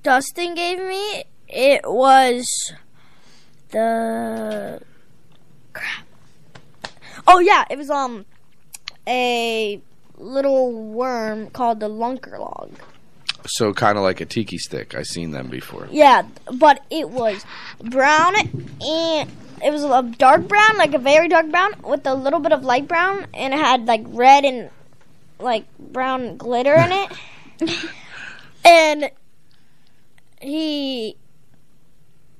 Speaker 7: Dustin gave me. It was the crap. Oh yeah, it was um a little worm called the lunker log.
Speaker 5: So kind of like a tiki stick. I seen them before.
Speaker 7: Yeah, but it was brown and it was a dark brown, like a very dark brown, with a little bit of light brown, and it had like red and like brown glitter in it. and he,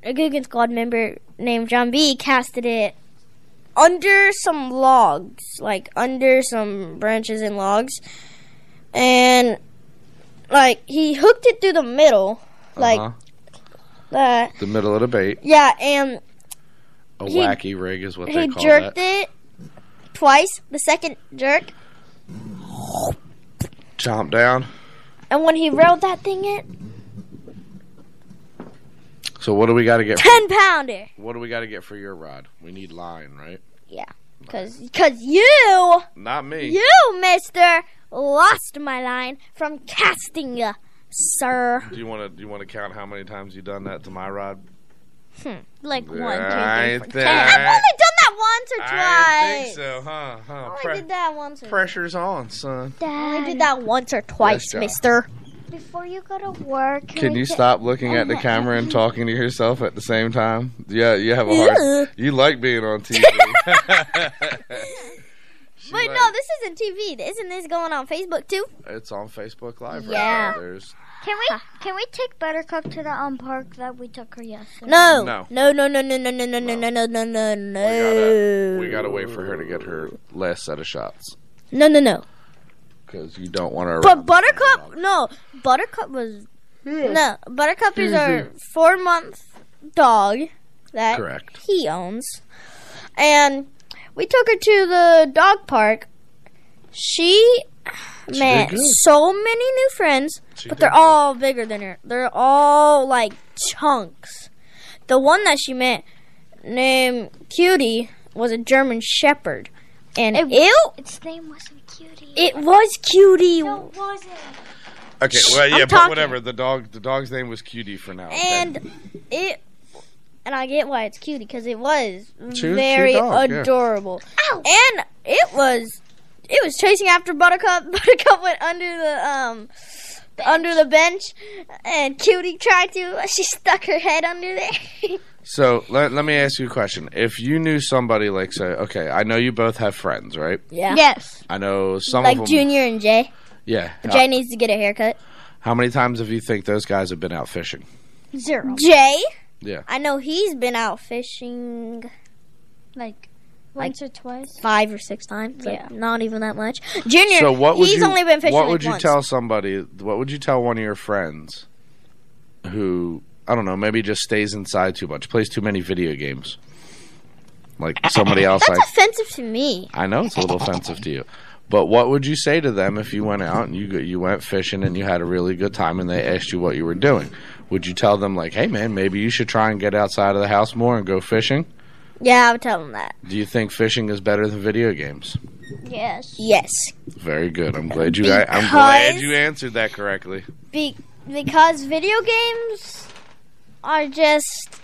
Speaker 7: a Googan Squad member named John B, casted it under some logs, like under some branches and logs, and like he hooked it through the middle, like
Speaker 5: Uh-huh.
Speaker 7: that.
Speaker 5: the middle of the bait.
Speaker 7: Yeah, and
Speaker 5: A
Speaker 7: He-
Speaker 5: wacky rig is what
Speaker 7: he
Speaker 5: they call
Speaker 7: jerked
Speaker 5: that.
Speaker 7: it twice. The second jerk,
Speaker 5: Chomp down.
Speaker 7: and when he reeled that thing in,
Speaker 5: So what do we got to get? For,
Speaker 7: ten pounder.
Speaker 5: what do we got to get for your rod? We need line, right?
Speaker 7: Cause, cause you,
Speaker 5: Not me.
Speaker 7: you, Mister, lost my line from casting, ya, sir.
Speaker 5: Do you want to? Do you want to count how many times you done that to my rod?
Speaker 6: Like one, two,
Speaker 5: I
Speaker 6: three,
Speaker 5: ain't
Speaker 6: four,
Speaker 5: thi-
Speaker 6: ten.
Speaker 7: I've only done that once
Speaker 5: I
Speaker 7: or
Speaker 5: ain't
Speaker 7: twice.
Speaker 5: think so, huh? huh.
Speaker 7: Oh, I
Speaker 5: Pre-
Speaker 7: only did that once. Or
Speaker 5: pressure's on, son.
Speaker 7: I did
Speaker 6: Dad,
Speaker 7: that once or twice,
Speaker 5: John.
Speaker 7: Mister.
Speaker 6: before you go to work, can,
Speaker 5: Can
Speaker 6: we
Speaker 5: you
Speaker 6: get-
Speaker 5: stop looking
Speaker 7: Oh
Speaker 5: at the camera and talking to yourself at the same time? Yeah, you have a hard. You like being on TV. She
Speaker 7: Wait,
Speaker 5: like-
Speaker 7: no, this isn't TV. Isn't this going on Facebook too?
Speaker 5: It's on Facebook Live right
Speaker 7: Yeah.
Speaker 5: now. There's
Speaker 6: Can we can we take Buttercup to the um park that we took her yesterday?
Speaker 7: No,
Speaker 5: No.
Speaker 7: no, no, no, no, no, no, no, no, no, no, no, no.
Speaker 5: gotta- we gotta wait for her to get her last set of shots
Speaker 7: No, no, no.
Speaker 5: because you don't want her.
Speaker 7: But Buttercup, no, Buttercup was no. Buttercup
Speaker 5: Hmm,
Speaker 7: is our four-month dog that
Speaker 5: Correct.
Speaker 7: he owns, and we took her to the dog park. She met
Speaker 5: good.
Speaker 7: so many new friends,
Speaker 5: She
Speaker 7: but
Speaker 5: did
Speaker 7: they're all bigger than her. They're all like chunks. The one that she met, named Cutie, was a German Shepherd, and it,
Speaker 6: It-
Speaker 7: ew,
Speaker 6: Its name wasn't Cutie.
Speaker 7: it was Cutie.
Speaker 6: no, it wasn't.
Speaker 5: Okay, well, yeah,
Speaker 7: I'm
Speaker 5: but
Speaker 7: talking.
Speaker 5: whatever. The dog, the dog's name was Cutie for now. okay?
Speaker 7: and it and I get why it's cutie because it was
Speaker 5: cute
Speaker 7: very
Speaker 5: dog, yeah.
Speaker 7: adorable. And it was it was chasing after Buttercup. Buttercup went under the um under the bench, and cutie tried to. She stuck her head under there.
Speaker 5: so let, let me ask you a question. If you knew somebody like, say, okay, I know you both have friends, right?
Speaker 7: yeah.
Speaker 6: Yes.
Speaker 5: I know some
Speaker 7: Like
Speaker 5: of them.
Speaker 7: Junior and Jay.
Speaker 5: yeah.
Speaker 7: Jay needs to get a haircut.
Speaker 5: How many times have you think those guys have been out fishing?
Speaker 6: Zero.
Speaker 7: Jay.
Speaker 5: Yeah.
Speaker 7: I know he's been out fishing
Speaker 6: Like once or twice.
Speaker 7: five or six times.
Speaker 6: Yeah.
Speaker 7: Yeah, not even that much. Junior.
Speaker 5: So what would
Speaker 7: he's
Speaker 5: you?
Speaker 7: only been fishing
Speaker 5: what
Speaker 7: like
Speaker 5: would you
Speaker 7: once.
Speaker 5: tell somebody? What would you tell one of your friends, who I don't know, maybe just stays inside too much, plays too many video games, like somebody else?
Speaker 7: That's
Speaker 5: like
Speaker 7: offensive to me.
Speaker 5: I know it's a little offensive to you, but what would you say to them if you went out and you go- you went fishing and you had a really good time and they asked you what you were doing? Would you tell them like, "Hey man, maybe you should try and get outside of the house more and go fishing"?
Speaker 7: Yeah, I would tell him that.
Speaker 5: Do you think fishing is better than video games?
Speaker 6: Yes.
Speaker 7: Yes,
Speaker 5: Very good. I'm glad you I, I'm glad
Speaker 7: Because-
Speaker 5: you answered that correctly.
Speaker 7: Be- because video games are just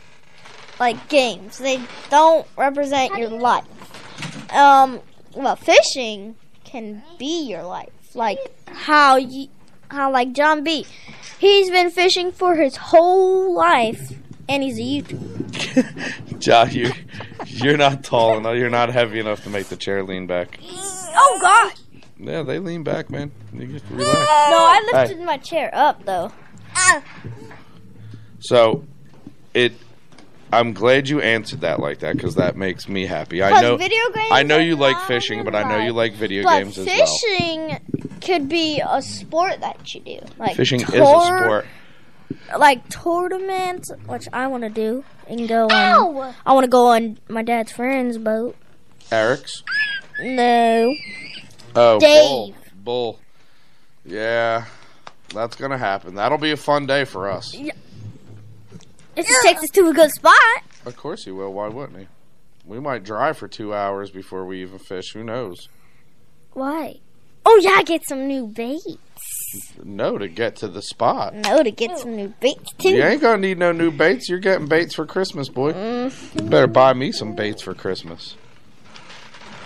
Speaker 7: like games. They don't represent your life. Um, well, fishing can be your life. Like how you, how like John B. He's been fishing for his whole life, and he's a YouTuber.
Speaker 5: Josh, you you're not tall enough. You're not heavy enough to make the chair lean back.
Speaker 7: Oh God!
Speaker 5: Yeah, they lean back, man. You just relax.
Speaker 7: No, I
Speaker 5: Hey.
Speaker 7: lifted my chair up though.
Speaker 5: So, it. I'm glad you answered that like that because that makes me happy. I
Speaker 7: 'Cause
Speaker 5: know.
Speaker 7: video games
Speaker 5: I know
Speaker 7: are
Speaker 5: you like
Speaker 7: not
Speaker 5: fishing, but
Speaker 7: your
Speaker 5: I know you
Speaker 7: life.
Speaker 5: like video
Speaker 7: But
Speaker 5: games as well.
Speaker 7: fishing could be a sport that you do. Like
Speaker 5: Fishing is
Speaker 7: tour-
Speaker 5: a sport.
Speaker 7: Like tournaments, which I want to do and go on.
Speaker 6: Ow!
Speaker 7: I want to go on my dad's friend's boat.
Speaker 5: Eric's.
Speaker 7: No,
Speaker 5: Oh,
Speaker 7: Dave.
Speaker 5: bull. Bull. Yeah, that's gonna happen. That'll be a fun day for us.
Speaker 7: if it takes us to a good spot,
Speaker 5: Of course he will. Why wouldn't he? We might drive for two hours before we even fish. Who knows?
Speaker 7: why? Oh yeah, get some new bait.
Speaker 5: No, to get to the spot.
Speaker 7: No, to get some new baits too.
Speaker 5: You ain't gonna need no new baits. You're
Speaker 7: Mm.
Speaker 5: getting baits for Christmas, boy. You better buy me some baits for Christmas.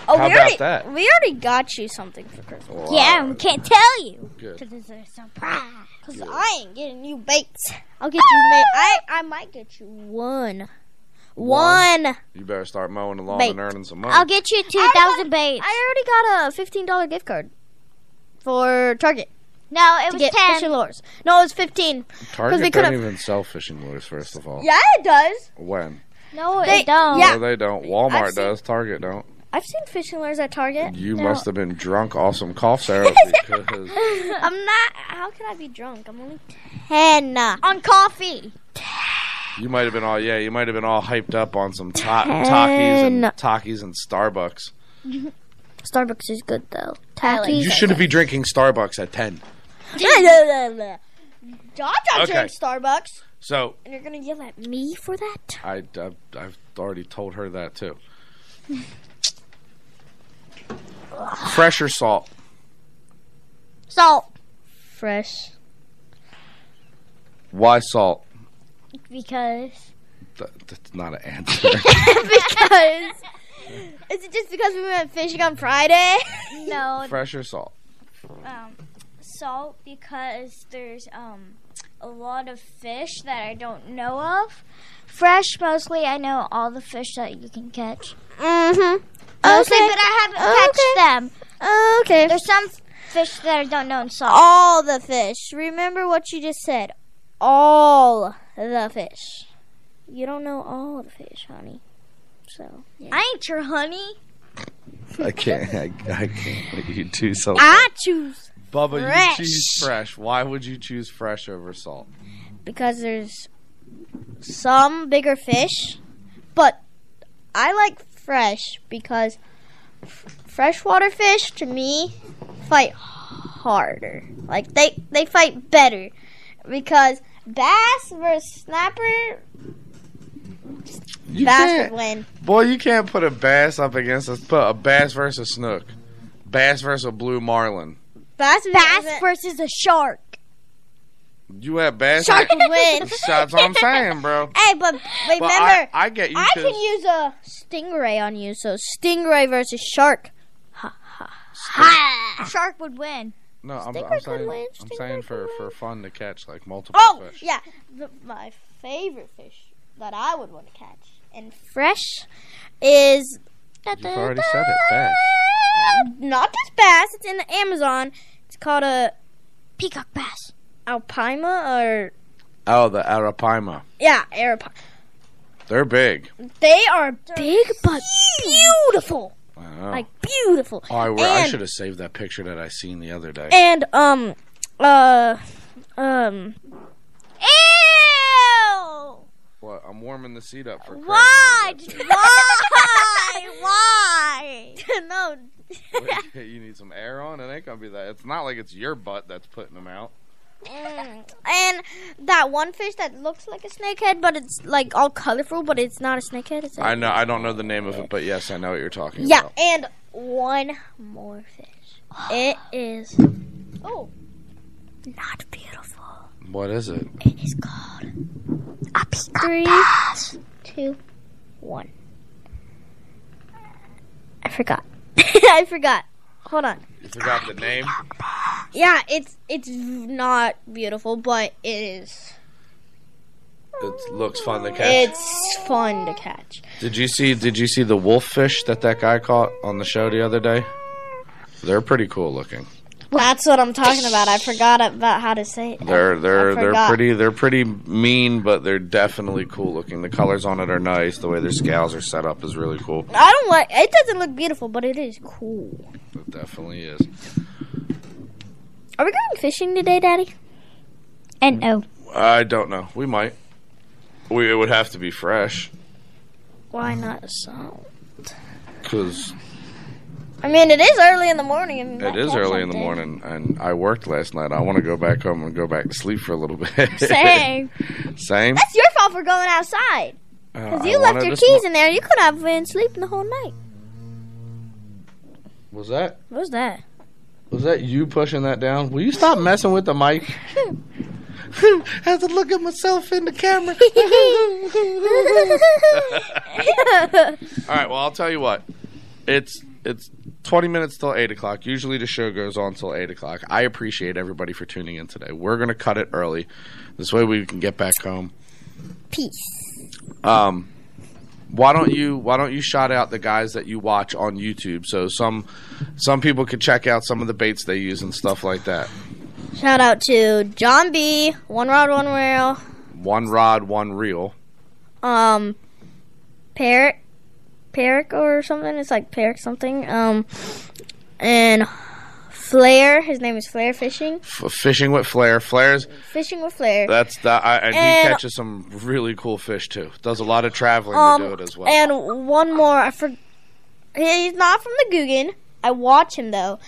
Speaker 7: Oh,
Speaker 5: How
Speaker 7: we
Speaker 5: about
Speaker 7: already,
Speaker 5: that?
Speaker 7: We already got you something for Christmas.
Speaker 6: Yeah, we can't tell you.
Speaker 5: Good.
Speaker 6: Because it's a surprise.
Speaker 7: Cause I ain't getting you baked. I'll get you. Ma- I I might get you one.
Speaker 5: One?
Speaker 7: One.
Speaker 5: You better start mowing the lawn
Speaker 7: Baked.
Speaker 5: and earning some money.
Speaker 6: I'll get you 2,000 baits.
Speaker 7: I already got a fifteen dollar gift card for Target
Speaker 6: No, it
Speaker 7: to
Speaker 6: was
Speaker 7: get
Speaker 6: 10.
Speaker 7: fishing lures. No, it was fifteen. we
Speaker 5: Target
Speaker 7: could've-
Speaker 5: doesn't even sell fishing lures, first of all.
Speaker 7: Yeah, it does.
Speaker 5: When?
Speaker 6: No,
Speaker 7: They-
Speaker 6: it don't.
Speaker 7: yeah.
Speaker 5: No, they don't.
Speaker 7: I've
Speaker 5: Walmart
Speaker 7: seen-
Speaker 5: does. Target don't.
Speaker 7: Oh. I've seen fishing lures at Target.
Speaker 5: You
Speaker 7: No.
Speaker 5: must have been drunk off some cough syrup because
Speaker 7: I'm not. How can I be drunk? I'm only ten.
Speaker 6: On coffee.
Speaker 5: you might have been all yeah. You might have been all hyped up on some to- Takis and
Speaker 7: Ten.
Speaker 5: Takis and Starbucks.
Speaker 7: Starbucks is good though.
Speaker 5: You
Speaker 7: Tacky.
Speaker 5: shouldn't be drinking Starbucks at ten.
Speaker 7: Jaja
Speaker 5: Okay.
Speaker 7: drinks Starbucks,
Speaker 5: So
Speaker 7: and you're gonna yell at me for that?
Speaker 5: I, I've, I've already told her that too. Fresh or salt?
Speaker 7: Salt. Fresh.
Speaker 5: Why salt?
Speaker 6: Because.
Speaker 5: Th- that's not an answer.
Speaker 7: because is it just because we went fishing on Friday?
Speaker 6: No,
Speaker 5: Fresh or salt?
Speaker 6: um, salt because there's um, a lot of fish that I don't know of. Fresh, mostly. I know all the fish that you can catch.
Speaker 7: Mm-hmm.
Speaker 6: Mostly,
Speaker 7: Okay.
Speaker 6: but I haven't catched
Speaker 7: Okay.
Speaker 6: them.
Speaker 7: Okay.
Speaker 6: There's some fish that I don't know in salt.
Speaker 7: all the fish. Remember what you just said. All the fish. You don't know all the fish, honey. So
Speaker 6: I ain't your honey.
Speaker 5: I can't. I, I can't let you do something.
Speaker 7: I choose
Speaker 5: Bubba,
Speaker 7: fresh.
Speaker 5: you choose fresh. Why would you choose fresh over salt?
Speaker 7: because there's some bigger fish, but I like fresh because f- freshwater fish to me fight harder. Like they they fight better because bass versus snapper
Speaker 5: You
Speaker 7: bass
Speaker 5: can't-
Speaker 7: would win.
Speaker 5: Boy, you can't put a bass up against us. Put a bass versus snook. Bass versus a blue marlin.
Speaker 7: Bass
Speaker 6: Bass
Speaker 7: versus-
Speaker 6: versus a shark.
Speaker 5: You have bass.
Speaker 7: shark would win.
Speaker 5: That's what I'm saying, bro.
Speaker 7: Hey, but remember,
Speaker 5: But I, I get you.
Speaker 7: I
Speaker 5: 'cause
Speaker 7: can use a stingray on you. So stingray versus shark.
Speaker 6: Shark would win.
Speaker 5: no, I'm,
Speaker 7: Stinger
Speaker 5: I'm
Speaker 7: can
Speaker 5: saying,
Speaker 7: win,
Speaker 5: I'm
Speaker 7: stinger
Speaker 5: saying
Speaker 7: can
Speaker 5: for,
Speaker 7: win.
Speaker 5: for fun to catch like multiple
Speaker 7: Oh
Speaker 5: fish.
Speaker 7: yeah, the, my favorite fish that I would want to catch and fresh is
Speaker 5: You've already said it. Bass.
Speaker 7: not just bass. It's in the Amazon. It's called a
Speaker 6: Peacock bass.
Speaker 7: alpima or
Speaker 5: Oh, the arapaima.
Speaker 7: yeah, arapaima.
Speaker 5: They're big.
Speaker 7: They are big but beautiful,
Speaker 5: I know.
Speaker 7: like beautiful.
Speaker 5: oh, I, were- I
Speaker 7: and-
Speaker 5: should have saved that picture that I seen the other day.
Speaker 7: And um, uh, um. Ew!
Speaker 5: What? I'm warming the seat up for. Craig.
Speaker 7: Why?
Speaker 5: That's it.
Speaker 7: Why? Why? no.
Speaker 5: Wait, you need some air on. It ain't gonna be that. It's not like it's your butt that's putting them out.
Speaker 7: And that one fish that looks like a snakehead, but it's like all colorful, but it's not a snakehead. It's a-
Speaker 5: I know. I don't know the name of it, but yes, I know what you're talking
Speaker 7: yeah.
Speaker 5: about.
Speaker 7: And one more fish. It is. Oh. Not beautiful.
Speaker 5: What is it?
Speaker 7: It is called a peacock Three, two, one. I forgot. I forgot. Hold on.
Speaker 5: You forgot the name.
Speaker 7: Yeah, it's it's not beautiful, but it is.
Speaker 5: It looks fun to catch.
Speaker 7: It's fun to catch.
Speaker 5: Did you see? Did you see the wolf fish that that guy caught on the show the other day? They're pretty cool looking.
Speaker 7: That's what I'm talking about. I forgot about how to say it.
Speaker 5: They're they're they're
Speaker 7: forgot.
Speaker 5: pretty they're pretty mean, but they're definitely cool looking. The colors on it are nice. The way their scales are set up is really cool.
Speaker 7: I don't like. It doesn't look beautiful, but it is cool.
Speaker 5: It definitely is.
Speaker 7: Are we going fishing today, Daddy?
Speaker 6: And no.
Speaker 5: I don't know. We might. We it would have to be fresh
Speaker 7: Why not salt?
Speaker 5: because
Speaker 7: I mean, it is early in the morning. And
Speaker 5: it is early in the morning, and I worked last night. I want to go back home and go back to sleep for a little bit.
Speaker 7: Same.
Speaker 5: Same. Uh,
Speaker 7: That's your fault for going outside. Cause you left your keys in there. You could have been sleeping the whole night.
Speaker 5: Was that?
Speaker 7: What was that?
Speaker 5: Was that you pushing that down? Will you stop messing with the mic? I have to look at myself in the camera. All right, well, I'll tell you what. It's it's 20 minutes till 8 o'clock. Usually the show goes on till 8 o'clock. I appreciate everybody for tuning in today. We're going to cut it early. This way we can get back home.
Speaker 7: Peace.
Speaker 5: Um, why don't you why don't you shout out the guys that you watch on YouTube so some some people could check out some of the baits they use and stuff like that.
Speaker 7: Shout out to John B. One Rod, One Rail.
Speaker 5: One rod, one reel.
Speaker 7: Um, Parrot. Peric or something. It's like Peric something. Um, and Flair. His name is Flair Fishing.
Speaker 5: F- fishing with flare. Flares.
Speaker 7: Fishing with Flair.
Speaker 5: That's the I, and,
Speaker 7: And-
Speaker 5: he catches some really cool fish too. Does a lot of traveling
Speaker 7: um,
Speaker 5: to do it as well.
Speaker 7: and one more. I for he's not from the Guggen. I watch him though.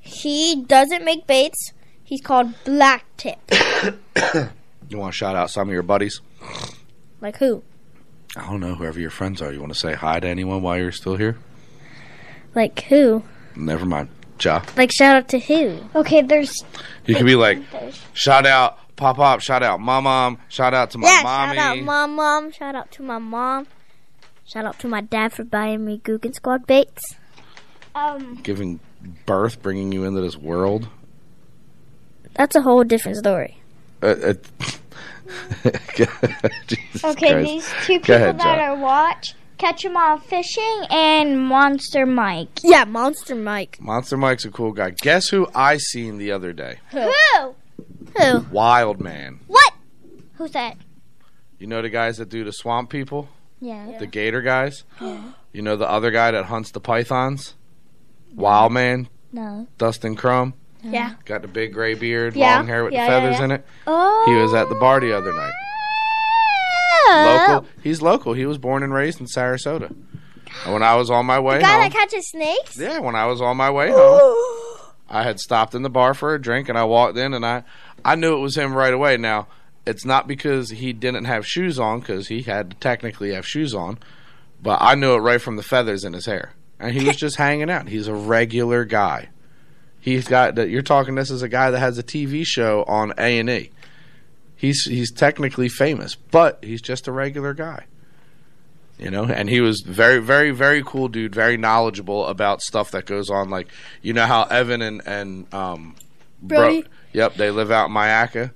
Speaker 7: He doesn't make baits. He's called Black Tip.
Speaker 5: you want to shout out some of your buddies?
Speaker 7: Like who?
Speaker 5: I don't know whoever your friends are. You want to say hi to anyone while you're still here?
Speaker 7: Like who?
Speaker 5: Never mind. Ja.
Speaker 7: Like shout out to who?
Speaker 6: Okay, there's
Speaker 5: You could be like, shout out pop pop, shout out my mom, shout out to my
Speaker 7: yeah,
Speaker 5: mommy.
Speaker 7: shout out my mom. Shout out to my mom. Shout out to my dad for buying me Guggen Squad baits.
Speaker 6: um
Speaker 5: Giving birth, bringing you into this world.
Speaker 7: That's a whole different story.
Speaker 5: Uh, uh, Jesus
Speaker 6: okay,
Speaker 5: Christ.
Speaker 6: these two
Speaker 5: Go
Speaker 6: people
Speaker 5: ahead,
Speaker 6: that
Speaker 5: John.
Speaker 6: I watch, Catch 'em All Fishing and Monster Mike.
Speaker 7: Yeah, Monster Mike.
Speaker 5: Monster Mike's a cool guy. Guess who I seen the other day?
Speaker 6: Who?
Speaker 7: Who?
Speaker 5: Wild man.
Speaker 6: What? Who's that?
Speaker 5: You know the guys that do the swamp people,
Speaker 6: Yeah.
Speaker 5: the gator guys. you know the other guy that hunts the pythons. Wild man,
Speaker 6: No.
Speaker 5: Dustin Crumb.
Speaker 7: Yeah.
Speaker 5: Got the big gray beard,
Speaker 7: Yeah,
Speaker 5: long hair with
Speaker 7: yeah,
Speaker 5: the
Speaker 7: yeah,
Speaker 5: feathers
Speaker 7: yeah.
Speaker 5: in it.
Speaker 6: Oh.
Speaker 5: He was at the bar the other night.
Speaker 7: Oh.
Speaker 5: Local. He's local. He was born and raised in Sarasota. And when I was on my way
Speaker 7: Guy
Speaker 5: home,
Speaker 7: that catches snakes?
Speaker 5: yeah, when I was on my way home, I had stopped in the bar for a drink, and I walked in, and I, I knew it was him right away. Now, it's not because he didn't have shoes on, because he had to technically have shoes on, but I knew it right from the feathers in his hair, and he was just hanging out. He's a regular guy. He's got that. You're talking. This is a guy that has a TV show on A and E. He's he's technically famous, but he's just a regular guy you know and he was very very very cool dude very knowledgeable about stuff that goes on like you know how evan and and um Bro-
Speaker 7: Brody.
Speaker 5: yep they live out in Mayaca,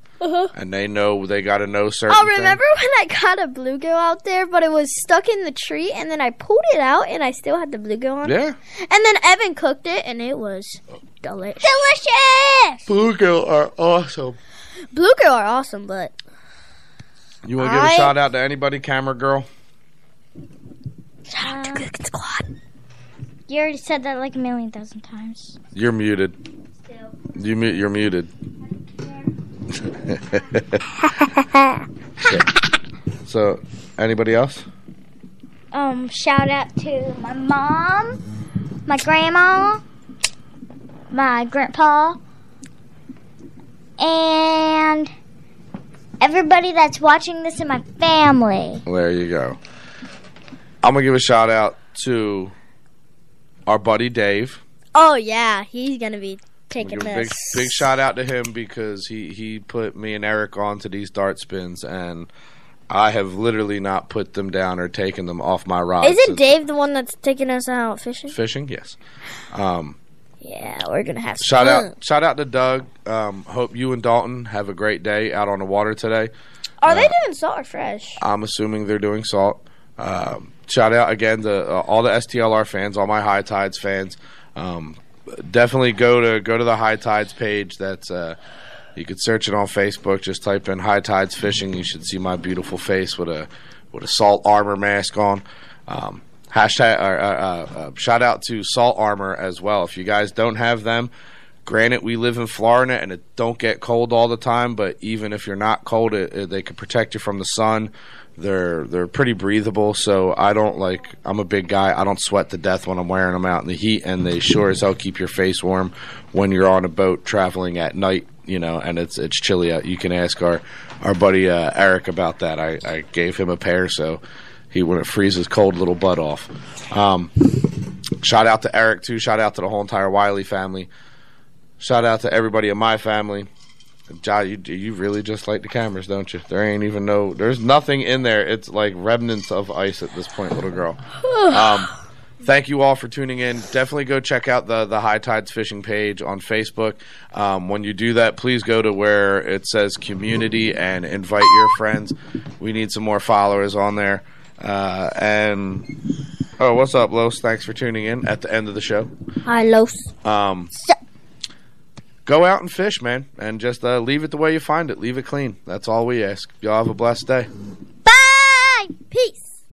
Speaker 5: and they know they got to know certain
Speaker 7: Oh,
Speaker 5: things.
Speaker 7: remember when I got a bluegill out there, but it was stuck in the tree, and then I pulled it out, and I still had the bluegill on?
Speaker 5: yeah Oh.
Speaker 7: And then Evan cooked it, and it was delicious.
Speaker 6: Delicious.
Speaker 5: bluegill are awesome
Speaker 7: Bluegill are awesome, but
Speaker 5: you want to give a
Speaker 7: I-
Speaker 5: shout out to anybody camera girl
Speaker 7: shout out to Guggen Squad.
Speaker 6: Um, You already said that like a million thousand times.
Speaker 5: you're muted you mute you're muted so, so anybody else
Speaker 6: Um, shout out to my mom, my grandma, my grandpa, and everybody that's watching this in my family.
Speaker 5: Well, There you go. I'm gonna give a shout out to our buddy Dave.
Speaker 7: Oh, yeah, he's going to be taking
Speaker 5: Give a
Speaker 7: this.
Speaker 5: big big shout out to him because he he put me and Eric onto these dart spins and I have literally not put them down or taken them off my rod.
Speaker 7: Isn't
Speaker 5: since-
Speaker 7: Dave the one that's taking us out fishing?
Speaker 5: fishing? Yes. Um,
Speaker 7: Yeah, we're going to have
Speaker 5: shout
Speaker 7: fun.
Speaker 5: out shout out to Doug. Um, hope you and Dalton have a great day out on the water today.
Speaker 7: Are they doing salt or fresh?
Speaker 5: I'm assuming they're doing salt. Um, shout out again to uh, all the STLR fans, all my High Tides fans. Um, definitely go to go to the High Tides page. That's uh, you could search it on Facebook. Just type in High Tides Fishing. You should see my beautiful face with a with a salt armor mask on. Um, hashtag uh, uh, uh, uh, shout out to Salt Armor as well. If you guys don't have them. Granted, we live in Florida and it don't get cold all the time, but even if you're not cold, it, it- they can protect you from the sun. They're they're pretty breathable, so I don't like. I'm a big guy. I don't sweat to death when I'm wearing them out in the heat, and they sure as hell keep your face warm when you're on a boat traveling at night. You know, and it's it's chilly out. You can ask our our buddy uh, Eric about that. I, I gave him a pair, so he wouldn't freeze his cold little butt off. Um, shout out to Eric too. Shout out to the whole entire Wiley family. Shout out to everybody in my family. John, you you really just like the cameras, don't you? There ain't even no, there's nothing in there. It's like remnants of ice at this point, little girl. Um, Thank you all for tuning in. Definitely go check out the the High Tides Fishing page on Facebook. Um, when you do that, please go to where it says community and invite your friends. We need some more followers on there. Uh, and oh, what's up, Los? Thanks for tuning in at the end of the show.
Speaker 7: Hi, Los.
Speaker 5: Um, go out and fish, man, and just uh, leave it the way you find it. Leave it clean. That's all we ask. Y'all have a blessed day.